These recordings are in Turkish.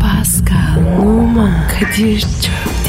Pascal, Oman, Kadir çok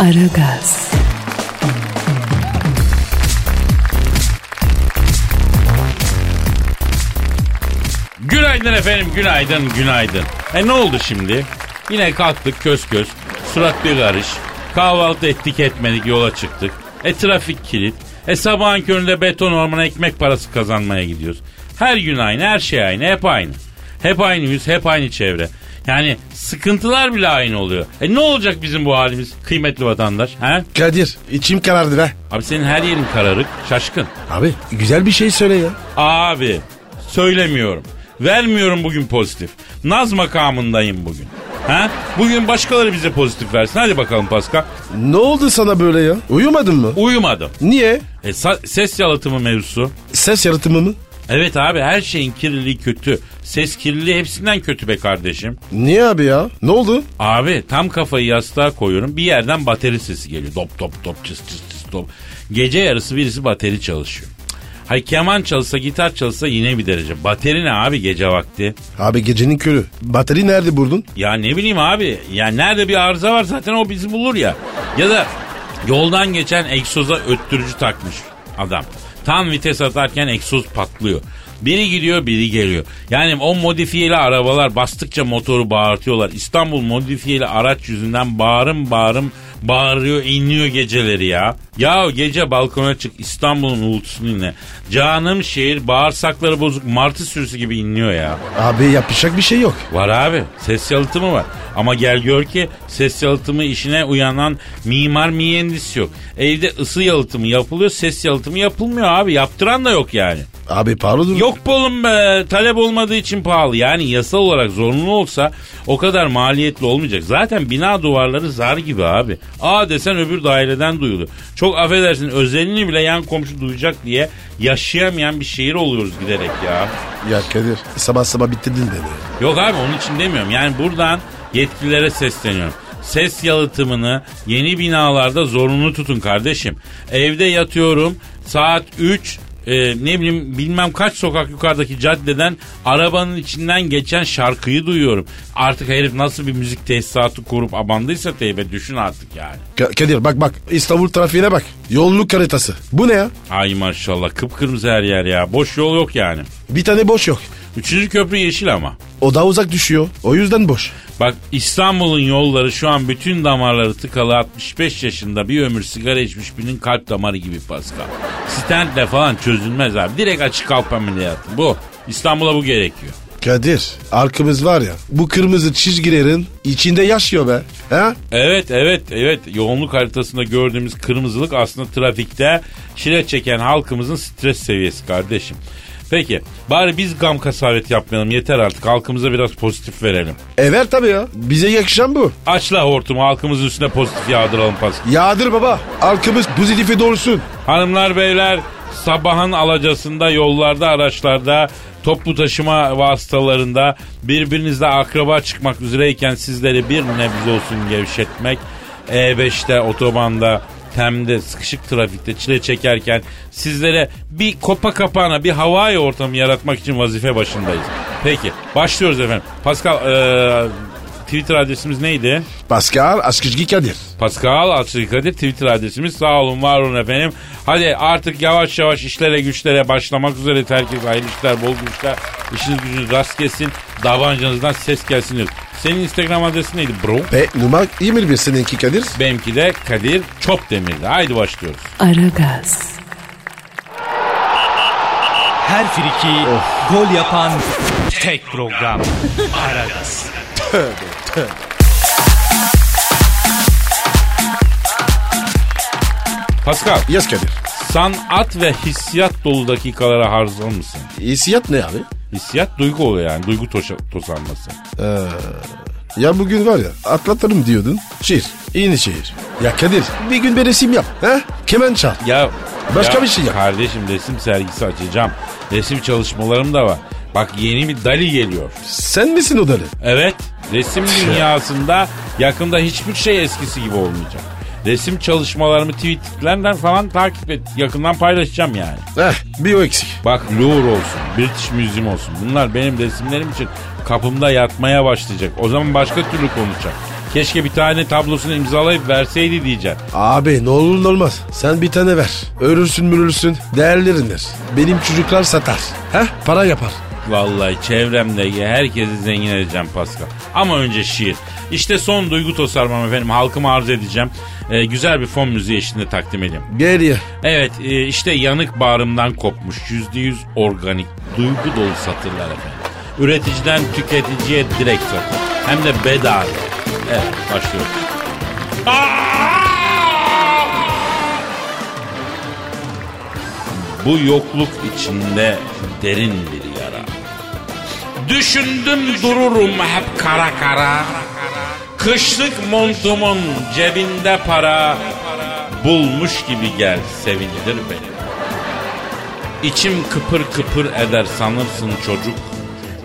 Aragaz, Günaydın efendim, günaydın, günaydın. E ne oldu şimdi? Yine kalktık köz köz, surat bir karış. Kahvaltı ettik etmedik yola çıktık. E trafik kilit. E sabahın köründe beton ormana ekmek parası kazanmaya gidiyoruz. Her gün aynı, her şey aynı, hep aynı. Hep aynı yüz, hep aynı çevre. Yani sıkıntılar bile aynı oluyor. E ne olacak bizim bu halimiz kıymetli vatandaş? He? Kadir içim karardı be. Abi senin her yerin kararık, şaşkın. Abi güzel bir şey söyle ya. Abi söylemiyorum. Vermiyorum bugün pozitif. Naz makamındayım bugün. Ha? Bugün başkaları bize pozitif versin. Hadi bakalım Pascal. Ne oldu sana böyle ya? Uyumadın mı? Uyumadım. Niye? E, sa- ses yalıtımı mevzusu. Ses yaratımı mı? Evet abi her şeyin kirliliği kötü. Ses kirliliği hepsinden kötü be kardeşim. Niye abi ya? Ne oldu? Abi tam kafayı yastığa koyuyorum. Bir yerden bateri sesi geliyor. Dop dop dop çıs çıs çıs dop. Gece yarısı birisi bateri çalışıyor. Hay keman çalsa gitar çalsa yine bir derece. Bateri ne abi gece vakti? Abi gecenin körü. Bateri nerede buldun? Ya ne bileyim abi. Ya nerede bir arıza var zaten o bizi bulur ya. Ya da yoldan geçen egzoza öttürücü takmış adam. Tam vites atarken egzoz patlıyor. Biri gidiyor biri geliyor. Yani o modifiyeli arabalar bastıkça motoru bağırtıyorlar. İstanbul modifiyeli araç yüzünden bağırım bağırım bağırıyor inliyor geceleri ya. Ya gece balkona çık İstanbul'un uğultusunu dinle. Canım şehir bağırsakları bozuk martı sürüsü gibi inliyor ya. Abi yapacak bir şey yok. Var abi. Ses yalıtımı var. Ama gel gör ki ses yalıtımı işine uyanan mimar mühendis yok. Evde ısı yalıtımı yapılıyor, ses yalıtımı yapılmıyor abi. Yaptıran da yok yani. Abi pardon. Yok be oğlum be. Talep olmadığı için pahalı. Yani yasal olarak zorunlu olsa o kadar maliyetli olmayacak. Zaten bina duvarları zar gibi abi. A desen öbür daireden duyulur. Çok affedersin özelini bile yan komşu duyacak diye yaşayamayan bir şehir oluyoruz giderek ya. Ya Kadir sabah sabah bitirdin beni. Yok abi onun için demiyorum. Yani buradan yetkililere sesleniyorum. Ses yalıtımını yeni binalarda zorunlu tutun kardeşim. Evde yatıyorum saat 3 e, ne bileyim bilmem kaç sokak yukarıdaki caddeden arabanın içinden geçen şarkıyı duyuyorum. Artık herif nasıl bir müzik tesisatı kurup abandıysa teybe düşün artık yani. Ka- Kadir bak bak İstanbul trafiğine bak. Yolluk haritası. Bu ne ya? Ay maşallah kıpkırmızı her yer ya. Boş yol yok yani. Bir tane boş yok. Üçüncü köprü yeşil ama. O daha uzak düşüyor. O yüzden boş. Bak İstanbul'un yolları şu an bütün damarları tıkalı 65 yaşında bir ömür sigara içmiş birinin kalp damarı gibi Pascal. Stentle falan çözülmez abi. Direkt açık kalp ameliyatı bu. İstanbul'a bu gerekiyor. Kadir arkamız var ya bu kırmızı çizgilerin içinde yaşıyor be. Ha? Evet evet evet yoğunluk haritasında gördüğümüz kırmızılık aslında trafikte çile çeken halkımızın stres seviyesi kardeşim. Peki bari biz gam kasavet yapmayalım yeter artık halkımıza biraz pozitif verelim. Evet tabii ya. Bize yakışan bu. Aç la hortumu halkımızın üstüne pozitif yağdıralım Pascal. Yağdır baba. Arkamız pozitife dolsun. Hanımlar beyler sabahın alacasında yollarda araçlarda toplu taşıma vasıtalarında birbirinizle akraba çıkmak üzereyken sizleri bir nebze olsun gevşetmek E5'te otobanda temde sıkışık trafikte çile çekerken sizlere bir kopa kapağına bir havai ortamı yaratmak için vazife başındayız. Peki başlıyoruz efendim. Pascal eee, Twitter adresimiz neydi? Pascal Askizgi Kadir. Pascal Askizgi Kadir Twitter adresimiz. Sağ olun var olun efendim. Hadi artık yavaş yavaş işlere güçlere başlamak üzere. Herkes hayırlı işler, bol güçler. İşiniz gücünüz rast gelsin. Davancanızdan ses gelsin diyoruz. Senin Instagram adresin neydi bro? Ve numara 21 seninki Kadir. Benimki de Kadir Çopdemir'di. Haydi başlıyoruz. Aragaz, Her friki gol yapan tek program. Aragaz. Pascal, Yes Kadir. sanat ve hissiyat dolu dakikalara harcın mısın? Hissiyat ne abi? Hissiyat duygu oluyor yani. Duygu toşa- tosanması. Ya bugün var ya atlatırım diyordun. Şiir. Yeni şiir. Ya Kadir bir gün bir resim yap. He? Kemen çal. Ya Başka ya bir şey yap. Kardeşim resim sergisi açacağım. Resim çalışmalarım da var. Bak yeni bir Dali geliyor. Sen misin o deli? Evet, resim Şey. dünyasında yakında hiçbir şey eskisi gibi olmayacak. Resim çalışmalarımı tweetlerden falan takip et. Yakından paylaşacağım yani. Heh bir o eksik. Bak Louvre olsun, British Museum olsun. Bunlar benim resimlerim için kapımda yatmaya başlayacak. O zaman başka türlü konuşacak. Keşke bir tane tablosunu imzalayıp verseydi diyeceğim. Abi ne olur ne olmaz. Sen bir tane ver. Örürsün mürürsün. Değerlerindir. Benim çocuklar satar. He? Para yapar. Vallahi çevremdeki herkesi zengin edeceğim Pascal. Ama önce şiir. İşte son duygu tosarmam efendim. Halkıma arz edeceğim. Ee, güzel bir fon müziği eşliğinde takdim edeyim. Geriye. Evet e, işte yanık bağrımdan kopmuş yüzde yüz organik duygu dolu satırlar efendim. Üreticiden tüketiciye direkt satır. Hem de bedava. Evet başlıyoruz. Bu yokluk içinde derin bir yara. Düşündüm dururum hep kara kara. Kışlık montumun cebinde para. Bulmuş gibi gel sevindir beni. İçim kıpır kıpır eder sanırsın çocuk.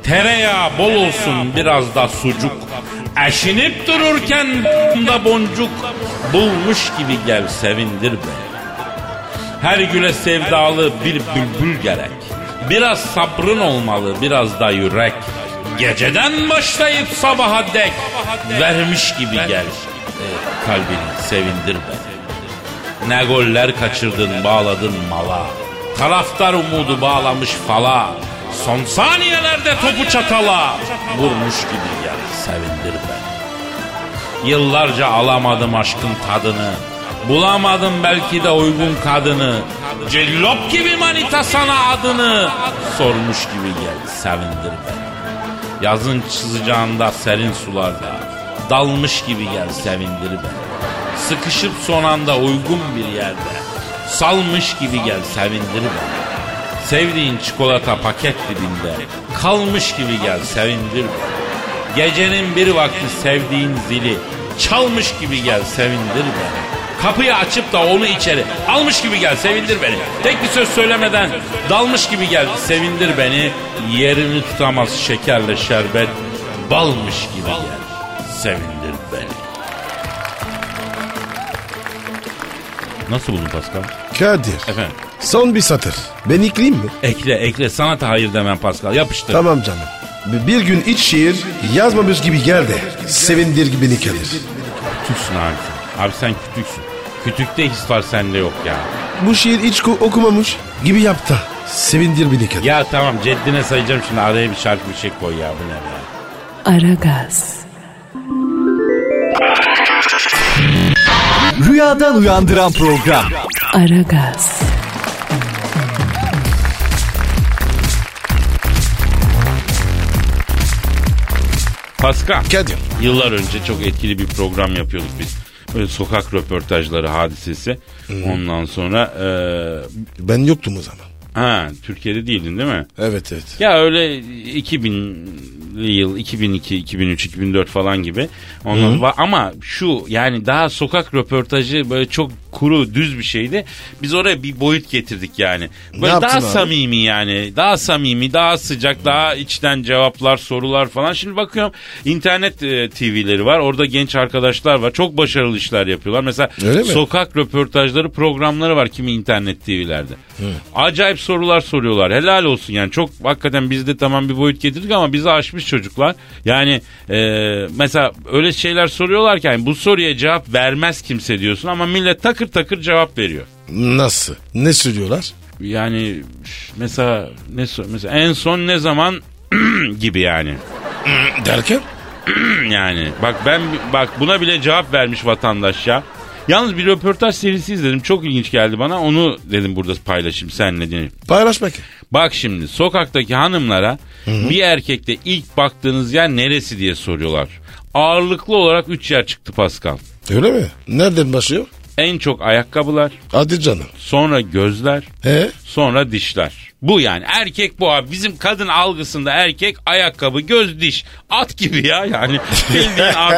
Tereyağı bol olsun biraz da sucuk. Eşinip dururken da boncuk. Bulmuş gibi gel sevindir beni. Her güle sevdalı bir bülbül gerek. Biraz sabrın olmalı, biraz da yürek. Geceden başlayıp sabaha dek vermiş gibi gel. Ee, kalbini sevindir beni. Ne goller kaçırdın, bağladın mala. Taraftar umudu bağlamış fala. Son saniyelerde topu çatala. Vurmuş gibi gel, sevindir beni. Yıllarca alamadım aşkın tadını. Bulamadım belki de uygun kadını. Cellop gibi manita sana adını. Sormuş gibi gel sevindir beni. Yazın sıcağında serin sularda. Dalmış gibi gel sevindir beni. Sıkışıp son anda uygun bir yerde. Salmış gibi gel sevindir beni. Sevdiğin çikolata paket dibinde. Kalmış gibi gel sevindir beni. Gecenin bir vakti sevdiğin zili çalmış gibi gel sevindir beni. Kapıyı açıp da onu içeri almış gibi gel sevindir beni. Tek bir söz söylemeden dalmış gibi gel sevindir beni. Yerini tutamaz şekerle şerbet balmış gibi gel sevindir beni. Nasıl buldun Pascal? Kadir. Efendim? Son bir satır. Ben ikleyeyim mi? Ekle ekle sanata hayır demem Pascal yapıştır. Tamam canım. Bir- Bir gün iç şiir yazmamış gibi geldi. Sevindir gibi Kadir. Kütüksün abi sen. Abi sen kütüksün. Kütükte his var sende yok ya. Bu şiir hiç ku- okumamış gibi yaptı. Sevindir beni Kadir. Ya tamam ceddine sayacağım şimdi araya bir şarkı bir şey koy ya bu ne be. Aragaz, Rüyadan uyandıran program. Aragaz, Pascal. Kadir. Yıllar önce çok etkili bir program yapıyorduk biz. Böyle sokak röportajları hadisesi. Ondan sonra e, Ben yoktum o zaman. ha Türkiye'de değildin değil mi? Evet evet. Ya öyle 2000'li yıl 2002, 2003, 2004 falan gibi. Ondan va- ama şu yani daha sokak röportajı böyle çok kuru düz bir şeydi. Biz oraya bir boyut getirdik yani. Böyle yaptın daha abi? samimi yani. Daha samimi, daha sıcak, daha içten cevaplar, sorular falan. Şimdi bakıyorum internet e, TV'leri var. Orada genç arkadaşlar var. Çok başarılı işler yapıyorlar. Mesela Öyle mi? sokak röportajları programları var kimi internet TV'lerde. Acayip sorular soruyorlar. Helal olsun yani. Çok hakikaten biz de tamam bir boyut getirdik ama bizi aşmış çocuklar. Yani e, mesela öyle şeyler soruyorlar ki yani bu soruya cevap vermez kimse diyorsun ama millet takır takır cevap veriyor. Nasıl? Ne söylüyorlar? Yani üf, mesela ne so- mesela en son ne zaman gibi yani. Derken? yani bak ben bak buna bile cevap vermiş vatandaş ya. Yalnız bir röportaj serisi izledim. Çok ilginç geldi bana. Onu dedim burada paylaşayım seninle dinle. Paylaş bakayım. Bak şimdi sokaktaki hanımlara bir erkekte ilk baktığınız yer neresi diye soruyorlar. Ağırlıklı olarak üç yer çıktı Pascal. Öyle mi? Nereden başlıyor? En çok ayakkabılar, Hadi canım. sonra gözler, He? sonra dişler. Bu yani erkek bu abi. Bizim kadın algısında erkek ayakkabı, göz, diş. At gibi ya yani. Bildiğin abi.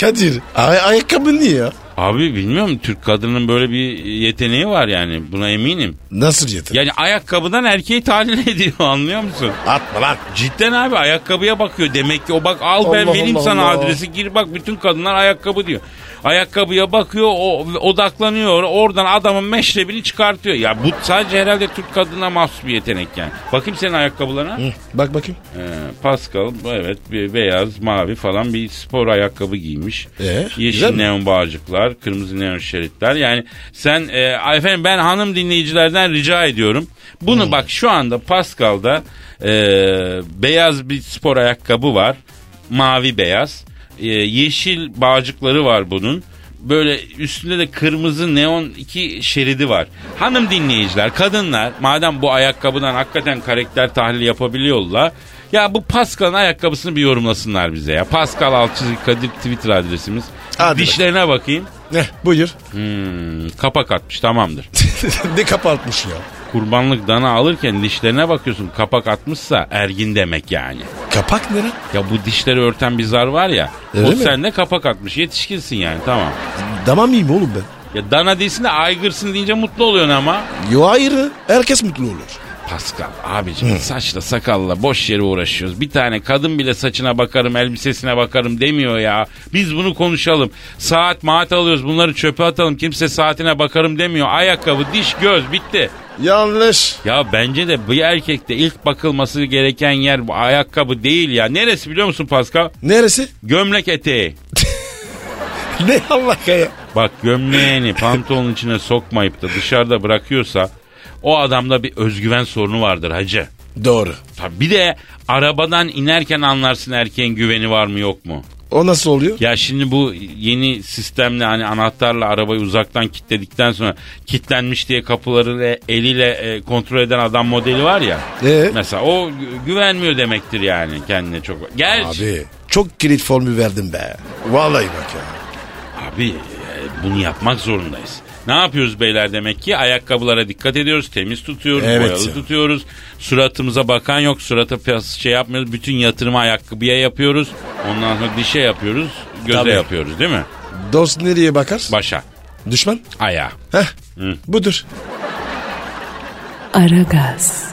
Kadir ay- ayakkabı niye ya? Abi bilmiyorum Türk kadının böyle bir yeteneği var yani. Buna eminim. Nasıl yeter? Yani ayakkabıdan erkeği tahlil ediyor anlıyor musun? Atma lan. Cidden abi ayakkabıya bakıyor demek ki o bak al ben Allah vereyim Allah sana Allah. adresi gir bak bütün kadınlar ayakkabı diyor. Ayakkabıya bakıyor o odaklanıyor oradan adamın meşrebini çıkartıyor. Ya bu sadece herhalde Türk kadına mahsus bir yetenek yani. Bakayım senin ayakkabılarına. Hı, bak bakayım. Ee, Pascal bu evet bir beyaz mavi falan bir spor ayakkabı giymiş. Ee, Yeşil güzel mi? neon bağcıklar, kırmızı neon şeritler. Yani sen e, ay efendim ben hanım dinleyicilerden rica ediyorum. Bunu bak şu anda Pascal'da e, beyaz bir spor ayakkabı var. Mavi beyaz. E, yeşil bağcıkları var bunun. Böyle üstünde de kırmızı neon iki şeridi var. Hanım dinleyiciler, kadınlar madem bu ayakkabıdan hakikaten karakter tahlili yapabiliyorlar. Ya bu Pascal'ın ayakkabısını bir yorumlasınlar bize ya. Pascal Alçızı Kadir Twitter adresimiz. Hadi Dişlerine bakayım. Heh, buyur. Hmm, kapak atmış tamamdır. ne kapatmış ya. Kurbanlık dana alırken dişlerine bakıyorsun. Kapak atmışsa ergin demek yani. Kapak nere? Ya bu dişleri örten bir zar var ya. Öyle o mi? sende kapak atmış. Yetişkinsin yani tamam. Dama mıyım oğlum ben? Ya dana değilsin de aygırsın deyince mutlu oluyorsun ama. Yo hayır. Herkes mutlu olur. Pascal abicim saçla sakalla boş yere uğraşıyoruz. Bir tane kadın bile saçına bakarım elbisesine bakarım demiyor ya. Biz bunu konuşalım. Saat maat alıyoruz bunları çöpe atalım. Kimse saatine bakarım demiyor. Ayakkabı diş göz bitti. Yanlış. Ya bence de bir erkekte ilk bakılması gereken yer bu ayakkabı değil ya. Neresi biliyor musun Pascal? Neresi? Gömlek eteği. Ne Allah ya? Bak gömleğini pantolonun içine sokmayıp da dışarıda bırakıyorsa o adamda bir özgüven sorunu vardır hacı. Doğru. Tabii bir de arabadan inerken anlarsın erkeğin güveni var mı yok mu? O nasıl oluyor? Ya şimdi bu yeni sistemle hani anahtarla arabayı uzaktan kilitledikten sonra kilitlenmiş diye kapıları e- eliyle e, kontrol eden adam modeli var ya. Ee? Mesela o gü- güvenmiyor demektir yani kendine çok. Gerçi abi, Abi çok kilit formu verdim be. Vallahi bak ya. e, bunu yapmak zorundayız. Ne yapıyoruz beyler demek ki? Ayakkabılara dikkat ediyoruz, temiz tutuyoruz, Evet boyalı ya. tutuyoruz. Suratımıza bakan yok, surata piyas- şey yapmıyoruz. Bütün yatırımı ayakkabıya yapıyoruz. Ondan sonra dişe yapıyoruz, göze Tabii. yapıyoruz değil mi? Dost nereye bakar? Başa, Düşman? ayağa. Heh. Hı. Budur. Aragaz,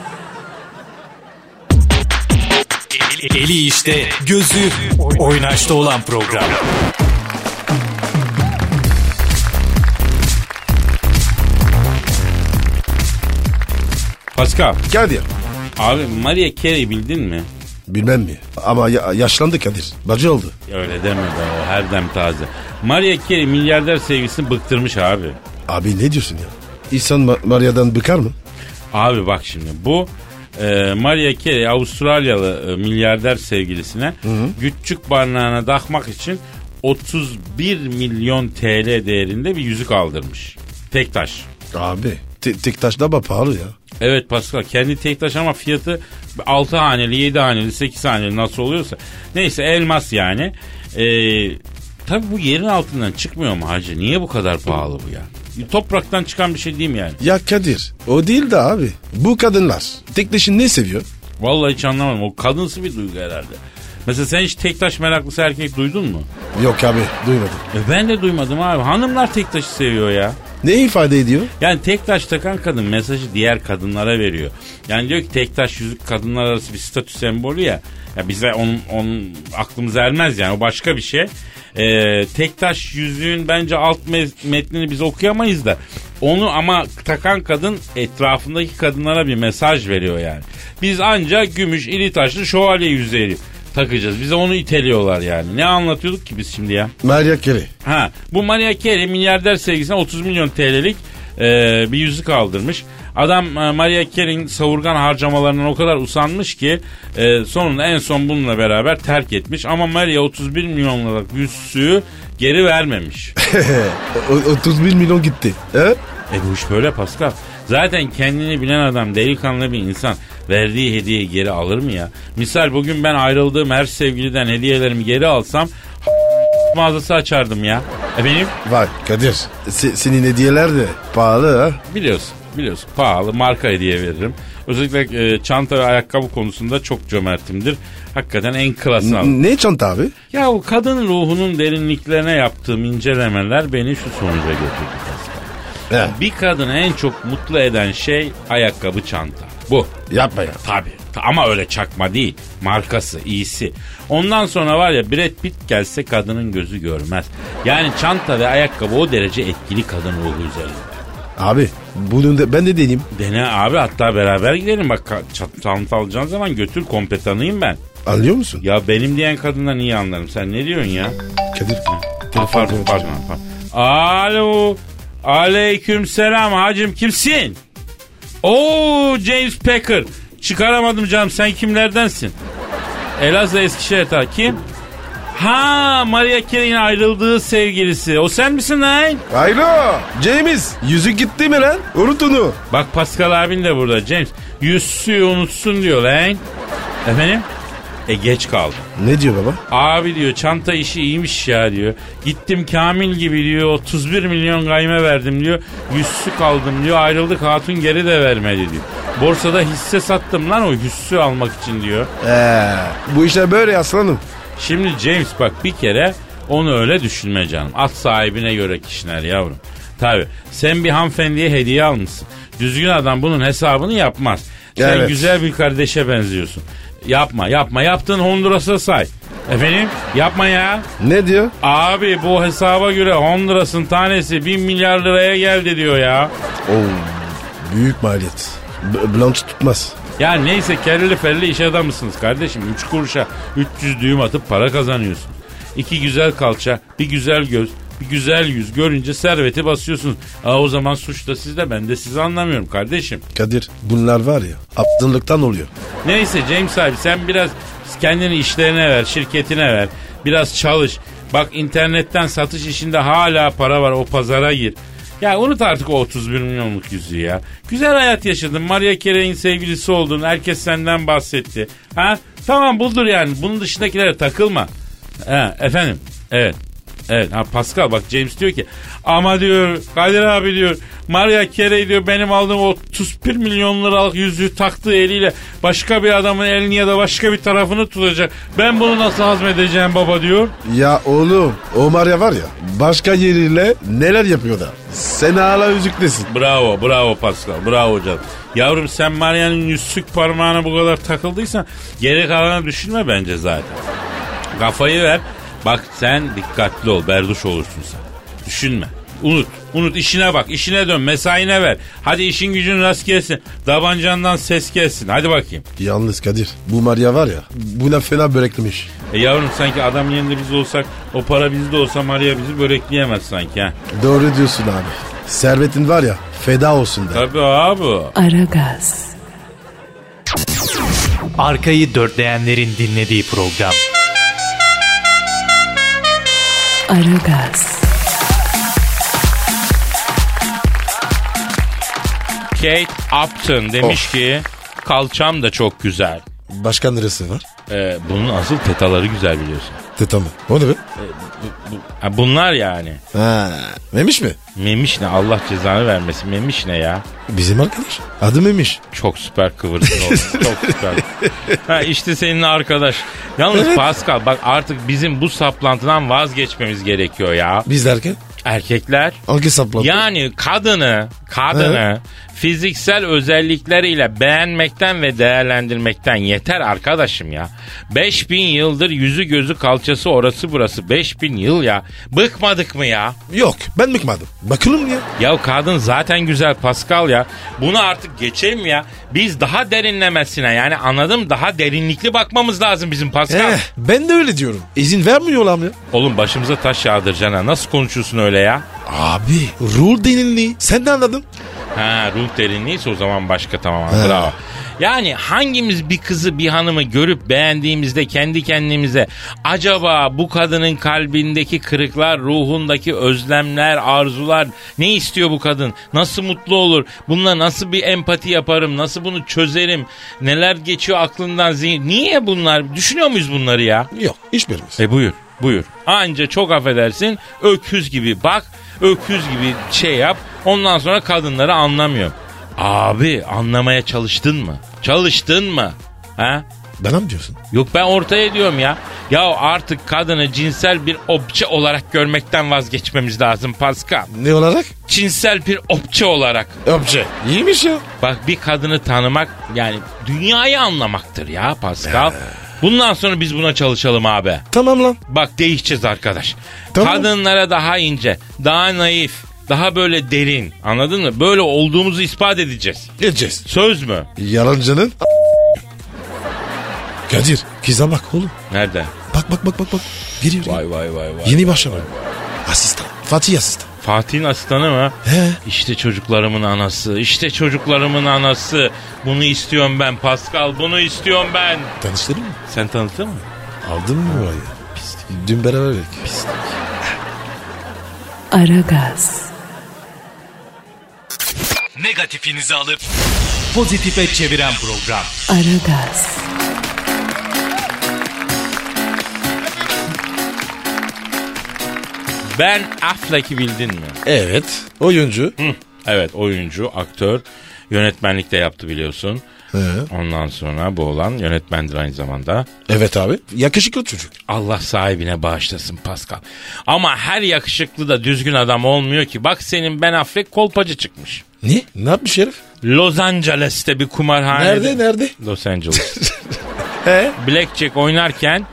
Eli işte, gözü oynaşta olan program. Pascal, Kadir. abi Maria Carey bildin mi? Bilmem mi? Ama ya- yaşlandı Kadir. Bacı oldu. Öyle deme be o her dem taze. Maria Carey milyarder sevgisini bıktırmış abi. Abi ne diyorsun ya? İnsan Ma- Maria'dan bıkar mı? Abi bak şimdi bu e, Maria Carey Avustralyalı e, milyarder sevgilisine güççük barnağına takmak için 31 milyon TL değerinde bir yüzük aldırmış. Tek taş. Abi. Te- tek taş da pahalı ya. Evet Pascal kendi tek taş ama fiyatı 6 haneli, 7 haneli, 8 haneli nasıl oluyorsa. Neyse elmas yani. Ee, tabii bu yerin altından çıkmıyor mu hacı? Niye bu kadar pahalı bu ya? Topraktan çıkan bir şey değil mi yani? Ya Kadir o değil de abi. Bu kadınlar tek taşı ne seviyor? Vallahi hiç anlamadım. O kadınsı bir duygu herhalde. Mesela sen hiç tek taş meraklısı erkek duydun mu? Yok abi duymadım. E ben de duymadım abi. Hanımlar tek taşı seviyor ya. Ne ifade ediyor? Yani tek taş takan kadın mesajı diğer kadınlara veriyor. Yani diyor ki tek taş yüzük kadınlar arası bir statü sembolü ya. Ya bize onun, onun aklımız ermez yani o başka bir şey. Ee, tek taş yüzüğün bence alt me- metnini biz okuyamayız da. Onu ama takan kadın etrafındaki kadınlara bir mesaj veriyor yani. Biz ancak gümüş, iri taşlı şövalye yüzüğü takacağız. Bize onu iteliyorlar yani. Ne anlatıyorduk ki biz şimdi ya? Maria Carey. Ha, bu Maria Carey milyarder sevgisine 30 milyon TL'lik e, bir yüzük aldırmış. Adam e, Maria Carey'in savurgan harcamalarından o kadar usanmış ki e, sonunda en son bununla beraber terk etmiş. Ama Maria 31 milyon liralık yüzüğü geri vermemiş. O- o- 31 milyon gitti. He? E bu iş böyle Pascal. Zaten kendini bilen adam delikanlı bir insan verdiği hediyeyi geri alır mı ya? Misal bugün ben ayrıldığım her sevgiliden hediyelerimi geri alsam mağazası açardım ya. Efendim Bak Kadir se- senin hediyeler de pahalı ha. biliyorsun biliyorsun pahalı marka hediye veririm. Özellikle e, çanta ve ayakkabı konusunda çok cömertimdir. Hakikaten en klasını alırım. Ne çanta abi? Ya o kadın ruhunun derinliklerine yaptığım incelemeler beni şu sonuca götürdü. Pascal. He, Bir kadını en çok mutlu eden şey ayakkabı çanta. Bu. yapma ya. Tabii. Ta- Ama öyle çakma değil. Markası, iyisi. Ondan sonra var ya Brad Pitt gelse kadının gözü görmez. Yani çanta ve ayakkabı o derece etkili kadın ruhu üzerinde. Abi bunu da, ben de deneyeyim. Dene abi hatta beraber gidelim bak ka- ça- çanta alacağın zaman götür kompetanıyım ben. Anlıyor musun? Ya benim diyen kadından iyi anlarım sen ne diyorsun ya? Kadir. Ha, pardon, pardon, pardon. Alo. Aleyküm selam hacım kimsin? Oo James Packer. Çıkaramadım canım sen kimlerdensin? Elazığ Eskişehir ta kim? Ha Maria Carey'in ayrıldığı sevgilisi. O sen misin lan? Hayro. James yüzük gitti mi lan? Unut onu. Bak Pascal abin de burada James. Yüzsüyü unutsun diyor lan. Efendim? E geç kaldım. Ne diyor baba? Abi diyor çanta işi iyiymiş ya diyor. Gittim Kamil gibi diyor 31 milyon gayme verdim diyor. Yüzsü kaldım diyor ayrıldık hatun geri de vermedi diyor. Borsada hisse sattım lan o yüzsü almak için diyor. Ee, bu işler böyle aslanım. Şimdi James bak bir kere onu öyle düşünme canım. At sahibine göre kişiler yavrum. Tabi sen bir hanımefendiye hediye almışsın. Düzgün adam bunun hesabını yapmaz. Sen Evet. güzel bir kardeşe benziyorsun. Yapma yapma yaptığın Honduras'a say. Efendim yapma ya. Ne diyor? Abi bu hesaba göre Honduras'ın tanesi 1 milyar liraya geldi diyor ya. Oo, büyük maliyet. B- Blanche tutmaz. Ya neyse kelli felli iş adamısınız kardeşim. 3 kuruşa 300 düğüm atıp para kazanıyorsunuz. İki güzel kalça, bir güzel göz, bir güzel yüz görünce serveti basıyorsunuz. Aa, o zaman suç da sizde ben de sizi anlamıyorum kardeşim. Kadir bunlar var ya aptallıktan oluyor. Neyse James abi sen biraz kendini işlerine ver, şirketine ver. Biraz çalış. Bak internetten satış işinde hala para var o pazara gir. Ya unut artık o 31 milyonluk yüzü ya. Güzel hayat yaşadın. Maria Carey'in sevgilisi oldun. Herkes senden bahsetti. Ha? Tamam buldur yani. Bunun dışındakilere takılma. Ha, efendim. Evet. Evet ha Pascal bak James diyor ki ama diyor Kadir abi diyor Maria Carey diyor benim aldığım o 31 milyon liralık yüzüğü taktığı eliyle başka bir adamın elini ya da başka bir tarafını tutacak. Ben bunu nasıl hazmedeceğim baba diyor. Ya oğlum o Maria var ya başka yeriyle neler yapıyor da. Sen hala yüzüklesin. Bravo bravo Pascal bravo canım. Yavrum sen Maria'nın yüzsük parmağına bu kadar takıldıysan geri kalanı düşünme bence zaten. Kafayı ver bak sen dikkatli ol berduş olursun sen. Düşünme unut unut işine bak işine dön mesaine ver. Hadi işin gücün rast gelsin tabancandan ses gelsin hadi bakayım. Yalnız Kadir bu Maria var ya buna fena böreklemiş. E yavrum sanki adam yerinde biz olsak o para bizde olsa Maria bizi börekleyemez sanki ha. Doğru diyorsun abi. Servetin var ya feda olsun da. Tabii abi. Aragaz, Arkayı dörtleyenlerin dinlediği program. Aragaz, Kate Upton demiş ki kalçam da çok güzel. Başka neresi var? Ee, bunun asıl tetaları güzel biliyorsun. Tetamı. O ne be? Ha, bunlar yani. Ha, memiş mi? Memiş ne Allah cezanı vermesin. Memiş ne ya? Bizim arkadaş. Adı memiş. Çok süper kıvırcık oldu. Çok süper. Ha, işte senin arkadaş. Yalnız Pascal bak artık bizim bu saplantıdan vazgeçmemiz gerekiyor ya. Biz derken? Erkekler Hangi saplandı? yani kadını kadını fiziksel özellikleriyle beğenmekten ve değerlendirmekten yeter arkadaşım ya. 5000 yıldır yüzü gözü kalçası orası burası 5000 yıl ya. Bıkmadık mı ya? Yok ben bıkmadım. Bakılım ya. Ya kadın zaten güzel Pascal ya. Bunu artık geçelim ya. Biz daha derinlemesine yani anladım daha derinlikli bakmamız lazım bizim Pascal. Eh, ben de öyle diyorum. İzin vermiyorlar mı ya? Oğlum başımıza taş yağdıracaksın ha. Nasıl konuşuyorsun öyle ya? Abi rul denildiği. Sen de anladın. Ha ruh derinliğiyse o zaman başka tamam. Bravo. Yani hangimiz bir kızı bir hanımı görüp beğendiğimizde kendi kendimize acaba bu kadının kalbindeki kırıklar, ruhundaki özlemler, arzular ne istiyor bu kadın? Nasıl mutlu olur? Bununla nasıl bir empati yaparım? Nasıl bunu çözerim? Neler geçiyor aklından zihin? Niye bunlar? Düşünüyor muyuz bunları ya? Yok hiçbirimiz. E buyur. Buyur. Anca çok affedersin öküz gibi bak, öküz gibi şey yap. Ondan sonra kadınları anlamıyor. Abi anlamaya çalıştın mı? Çalıştın mı? Ha? Bana mı diyorsun? Yok ben ortaya diyorum ya. Ya artık kadını cinsel bir obje olarak görmekten vazgeçmemiz lazım Pascal. Ne olarak? Cinsel bir obje olarak. Öpçe. İyiymiş ya. Bak bir kadını tanımak yani dünyayı anlamaktır ya Pascal. Bundan sonra biz buna çalışalım abi. Tamam lan. Bak değişeceğiz arkadaş. Tamam. Kadınlara daha ince, daha naif, daha böyle derin. Anladın mı? Böyle olduğumuzu ispat edeceğiz. Geleceğiz. Söz mü? Yalancının Kadir kıza bak oğlum. Nerede? Bak bak bak bak bak. Giriyor. Vay vay vay vay. Yeni başlama. Asistan. Fatih asistan. Fatih'in asistanı mı? He. İşte çocuklarımın anası, işte çocuklarımın anası. Bunu istiyorum ben Pascal, bunu istiyorum ben. Tanıştırdın mı? Sen tanıttın mı? Aldın mı orayı? Dün beraberdik. Aragaz, Negatifinizi alıp pozitife çeviren program. Aragaz, Ben Affleck'i bildin mi? Evet. Oyuncu. Hı. Evet oyuncu, aktör, yönetmenlik de yaptı biliyorsun. He. Ondan sonra bu olan yönetmendir aynı zamanda. Evet abi. Yakışıklı çocuk. Allah sahibine bağışlasın Pascal. Ama her yakışıklı da düzgün adam olmuyor ki. Bak senin Ben Affleck kolpacı çıkmış. Ne? Ne yapmış herif? Los Angeles'te bir kumarhanede. Nerede nerede? Los Angeles. He. Blackjack oynarken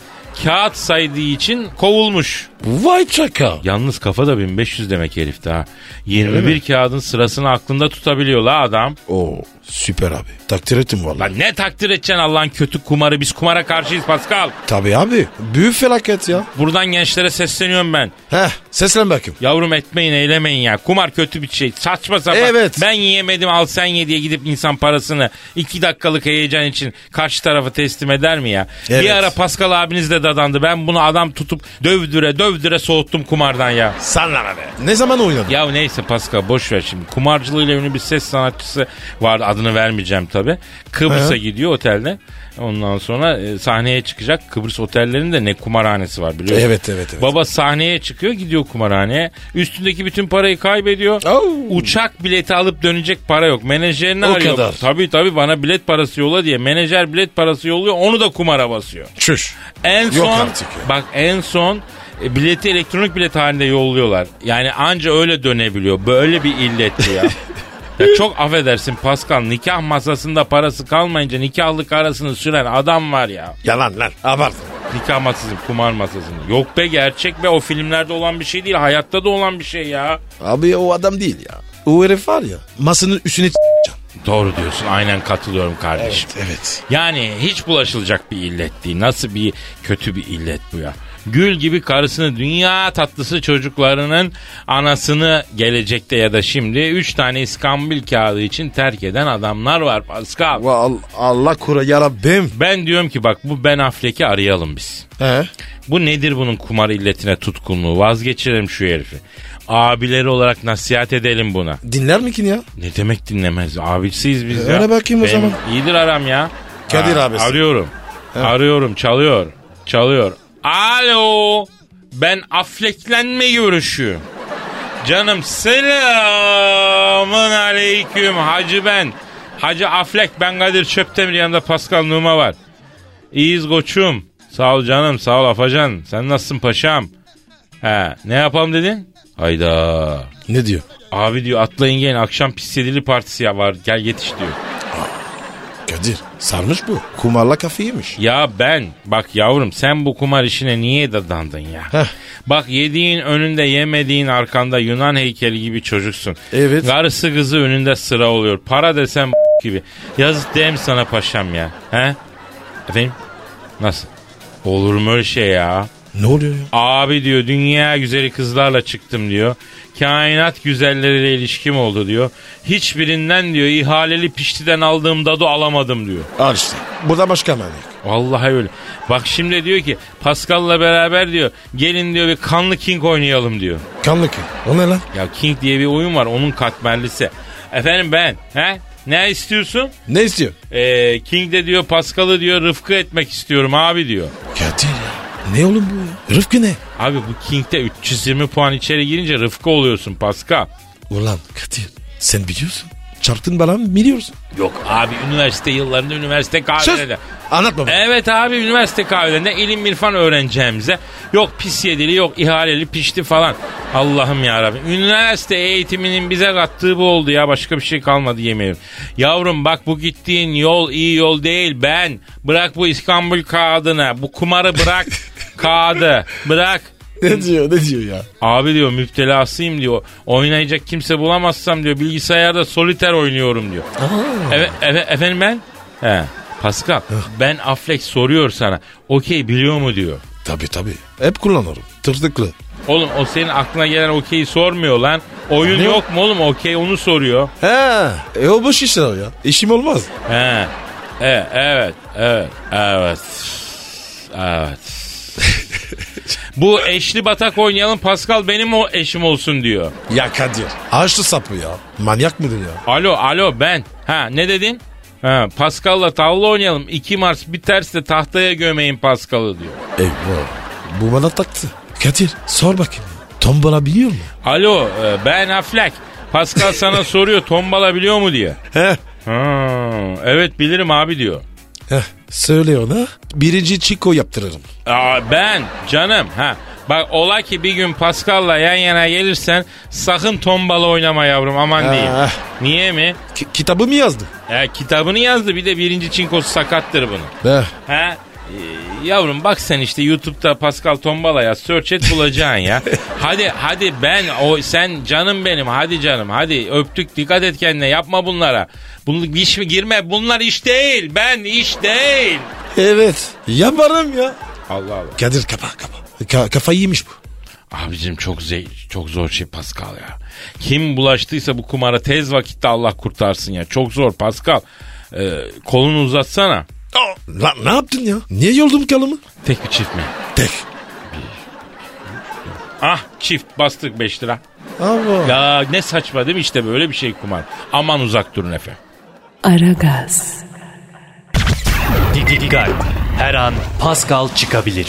kağıt saydığı için kovulmuş. Vay çakal. Yalnız kafa da 1500 demek herifte ha. 21 kağıdın sırasını aklında tutabiliyor la adam. Oo süper abi. Takdir ettim vallahi. Lan ne takdir edeceksin Allah'ın kötü kumarı biz kumara karşıyız Pascal. Tabii abi. Büyük felaket ya. Buradan gençlere sesleniyorum ben. Heh seslen bakayım. Yavrum etmeyin eylemeyin ya. Kumar kötü bir şey. Saçma sapan. Evet. Ben yiyemedim al sen ye diye gidip insan parasını iki dakikalık heyecan için karşı tarafa teslim eder mi ya? Evet. Bir ara Pascal abiniz de dadandı. Ben bunu adam tutup dövdüre dövdüre soğuttum kumardan ya. Ne zaman oynadın? Ya neyse Pascal boş ver şimdi. Kumarcılığıyla ünlü bir ses sanatçısı vardı. Adını vermeyeceğim tabi. Kıbrıs'a He. gidiyor otelde. Ondan sonra e, sahneye çıkacak. Kıbrıs otellerinde ne kumarhanesi var biliyorsun. Evet, evet, evet. Baba sahneye çıkıyor gidiyor kumarhaneye. Üstündeki bütün parayı kaybediyor. Au. Uçak bileti alıp dönecek para yok. Menajerini O arıyor. kadar. Tabii tabii bana bilet parası yola diye. Menajer bilet parası yolluyor. Onu da kumara basıyor. Çüş. En Yok son artık ya. bak en son e, bileti elektronik bilet halinde yolluyorlar. Yani anca öyle dönebiliyor. Böyle bir illetti ya. Ya çok affedersin Pascal nikah masasında parası kalmayınca nikahlık arasını süren adam var ya. Yalan lan. Abart. Nikah masası kumar masasında. Yok be gerçek be o filmlerde olan bir şey değil hayatta da olan bir şey ya. Abi o adam değil ya. O herif var ya. Masanın üstüne Doğru diyorsun aynen katılıyorum kardeşim. Evet. Yani hiç bulaşılacak bir illet değil. Nasıl bir kötü bir illet bu ya. Gül gibi karısını dünya tatlısı çocuklarının anasını gelecekte ya da şimdi 3 tane iskambil kağıdı için terk eden adamlar var Pascal. Allah kura yarabbim. Ben diyorum ki bak bu Ben Affleck'i arayalım biz. He. Bu nedir bunun kumar illetine tutkunluğu? Vazgeçirelim şu herifi. Abileri olarak nasihat edelim buna. Dinler mi ki ya? Ne demek dinlemez? Abisiyiz biz Ee, ya. öyle bakayım o Benim zaman. İyidir aram ya. Kadir Ha, abisi. Arıyorum. Arıyorum çalıyor. Çalıyor. Alo. Ben Affleck'lenme görüşüyorum. Canım selamın aleyküm hacı ben. Hacı Affleck ben Kadir Çöptemir yanında Pascal Numa var. İyiyiz koçum. Sağ ol canım sağ ol Afacan. Sen nasılsın paşam? He, ne yapalım dedin? Hayda. Ne diyor? Abi diyor atlayın gelin akşam pissedili partisi ya var gel yetiş diyor. Kadir sarmış bu. Kumarla kafayı yemiş. Ya ben bak yavrum sen bu kumar işine niye dadandın ya? Heh. Bak yediğin önünde yemediğin arkanda Yunan heykeli gibi çocuksun. Evet. Karısı kızı önünde sıra oluyor. Para desem gibi. Yazık değil mi sana paşam ya? He? Efendim? Nasıl? Olur mu öyle şey ya? Ne oluyor ya? Abi diyor dünya güzeli kızlarla çıktım diyor. Kainat güzelleriyle ilişkim oldu diyor. Hiçbirinden diyor ihaleli piştiden aldığım dadı alamadım diyor. Al işte. Burada başka manyak. Vallahi öyle. Bak şimdi diyor ki Pascal'la beraber diyor gelin diyor bir kanlı king oynayalım diyor. Kanlı kan. O ne lan? Ya king diye bir oyun var onun katmerlisi. Efendim ben he ne istiyorsun? Ne istiyor? Ee, king de diyor Pascal'ı diyor rıfkı etmek istiyorum abi diyor. Kadir ya. Ne oğlum bu ya? Rıfkı ne? Abi bu King'de 320 puan içeri girince Rıfkı oluyorsun Pascal. Ulan Kadir sen biliyorsun. Çarptın bana mı biliyorsun? Yok abi üniversite yıllarında üniversite Sus. kahvelerinde. Anlatma bana. Evet abi üniversite kahvelerinde ilim irfan öğreneceğimize yok pis yedili yok ihaleli pişti falan. Allah'ım ya Üniversite eğitiminin bize kattığı bu oldu ya başka bir şey kalmadı yemeğim. Yavrum bak bu gittiğin yol iyi yol değil ben. Bırak bu İstanbul kağıdını bu kumarı bırak kağıdı bırak. Ne diyor ne diyor ya? Abi diyor müptelasıyım diyor. Oynayacak kimse bulamazsam diyor bilgisayarda soliter oynuyorum diyor. Evet efe, efendim ben? He. Pascal ben Affleck soruyor sana. Okey biliyor mu diyor. Tabii tabii. Hep kullanırım. Tırtıklı. Oğlum o senin aklına gelen okeyi sormuyor lan. Oyun Ne? yok mu oğlum okey onu soruyor. He. E o boş işler o ya. İşim olmaz. He. E, evet, evet, evet. Evet. Bu eşli batak oynayalım Pascal benim o eşim olsun diyor. Ya Kadir. Ağaçlı sapı ya. Manyak mıdır ya? Alo alo ben. Ha ne dedin? Ha Pascal'la tavla oynayalım. 2 Mars biterse tahtaya gömeyin Pascal'ı diyor. Eyvah. Bu bana taktı. Kadir sor bakayım. Tombala biliyor mu? Alo e, ben Affleck. Pascal sana soruyor tombala biliyor mu diye. He. Ha, evet bilirim abi diyor. Heh, söyle ona. Birinci çiko yaptırırım. Aa, ben canım ha. Bak ola ki bir gün Pascal'la yan yana gelirsen sakın tombala oynama yavrum aman diyeyim. Ah. Niye mi? Ki- kitabı mı yazdı? E, kitabını yazdı bir de birinci çinkosu sakattır bunun. He. Ha? Ee, Yavrum bak sen işte YouTube'da Pascal Tombala yaz. Search et bulacaksın ya. hadi hadi ben o sen canım benim. Hadi canım hadi öptük dikkat et kendine yapma bunlara. Bunu iş mi girme bunlar iş değil. Ben iş değil. Evet. Yaparım ya. Allah Allah. Kadir kapa kapa. Ka- kafayı yemiş bu. Abicim çok zey çok zor şey Pascal ya. Kim bulaştıysa bu kumara tez vakitte Allah kurtarsın ya. Çok zor Pascal. Ee, kolunu uzatsana. Lan ne yaptın ya? Niye yoldum kalımı? Tek bir çift mi? Tek. Ah çift bastık 5 lira. Allah. Ya ne saçma değil mi işte böyle bir şey kumar. Aman uzak durun efe. Aragaz, Didi Digal. Her an Pascal çıkabilir.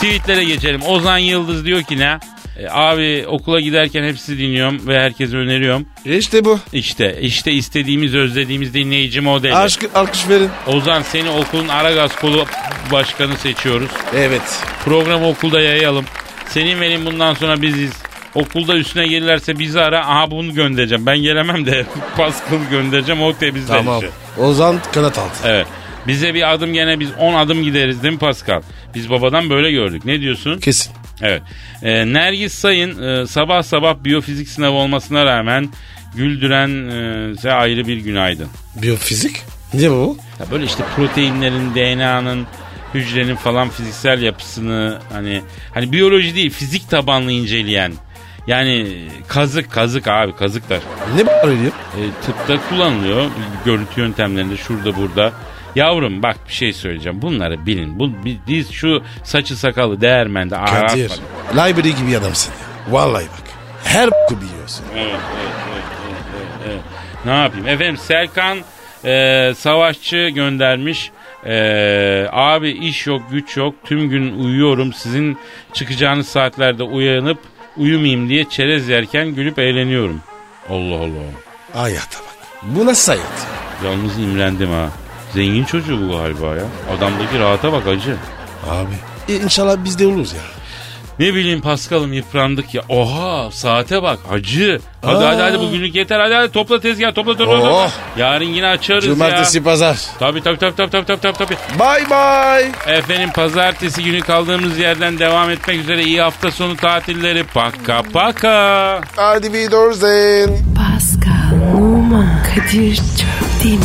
Tweetlere geçelim. Ozan Yıldız diyor ki ne? E, abi okula giderken hepsi dinliyorum ve herkese öneriyorum. İşte E bu. İşte işte istediğimiz özlediğimiz dinleyici modeli. Aşk alkış verin. Ozan seni okulun Aragaz kolu başkanı seçiyoruz. Evet. Programı okulda yayalım. Senin benim bundan sonra biziz. Okulda üstüne gelirlerse bizi ara. Aha bunu göndereceğim. Ben gelemem de Paskal'ı göndereceğim. O temizler Tamam. işi. Ozan kanat altı. Evet. Bize bir adım gene biz 10 adım gideriz değil mi Pascal? Biz babadan böyle gördük. Ne diyorsun? Kesin. Evet. Ee, Nergis Sayın e, sabah sabah biyofizik sınavı olmasına rağmen güldüren e, size ayrı bir günaydın. Biyofizik? Ne bu? Ya böyle işte proteinlerin, DNA'nın, hücrenin falan fiziksel yapısını hani hani biyoloji değil fizik tabanlı inceleyen yani kazık kazık abi kazıklar. Ne bağırıyor? E, tıpta kullanılıyor. Görüntü yöntemlerinde şurada burada. Yavrum bak bir şey söyleyeceğim. Bunları bilin. Bu, biz şu saçı sakalı değermende ah, Kadir. aratmadık. Library gibi adamsın ya. Vallahi bak. Her b***ı biliyorsun. Ne yapayım? Efendim Serkan e, Savaşçı göndermiş. E, abi iş yok güç yok. Tüm gün uyuyorum. Sizin çıkacağınız saatlerde uyanıp uyumayayım diye çerez yerken gülüp eğleniyorum. Allah Allah. Hayata bak. Bu nasıl hayat? ya? Yalnız imrendim ha. Zengin çocuğu bu galiba ya. Adamdaki rahata bak acı. Abi. E, İnşallah biz de oluruz ya. Ne bileyim Paskal'ım yıprandık ya. Oha saate bak acı. Hadi Aa. hadi hadi bugünlük yeter. Hadi hadi topla tezgah topla topla. topla. Oh. Yarın yine açarız Cumartesi ya. pazar. Tabii tabii tabii tabii tabii tabii tabii. tabii. Bye bye. Efendim pazartesi günü kaldığımız yerden devam etmek üzere iyi hafta sonu tatilleri. Paka paka. Hadi bir dorzen. Pascal, Oman, Kadir çok değil mi?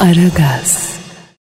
Aragaz.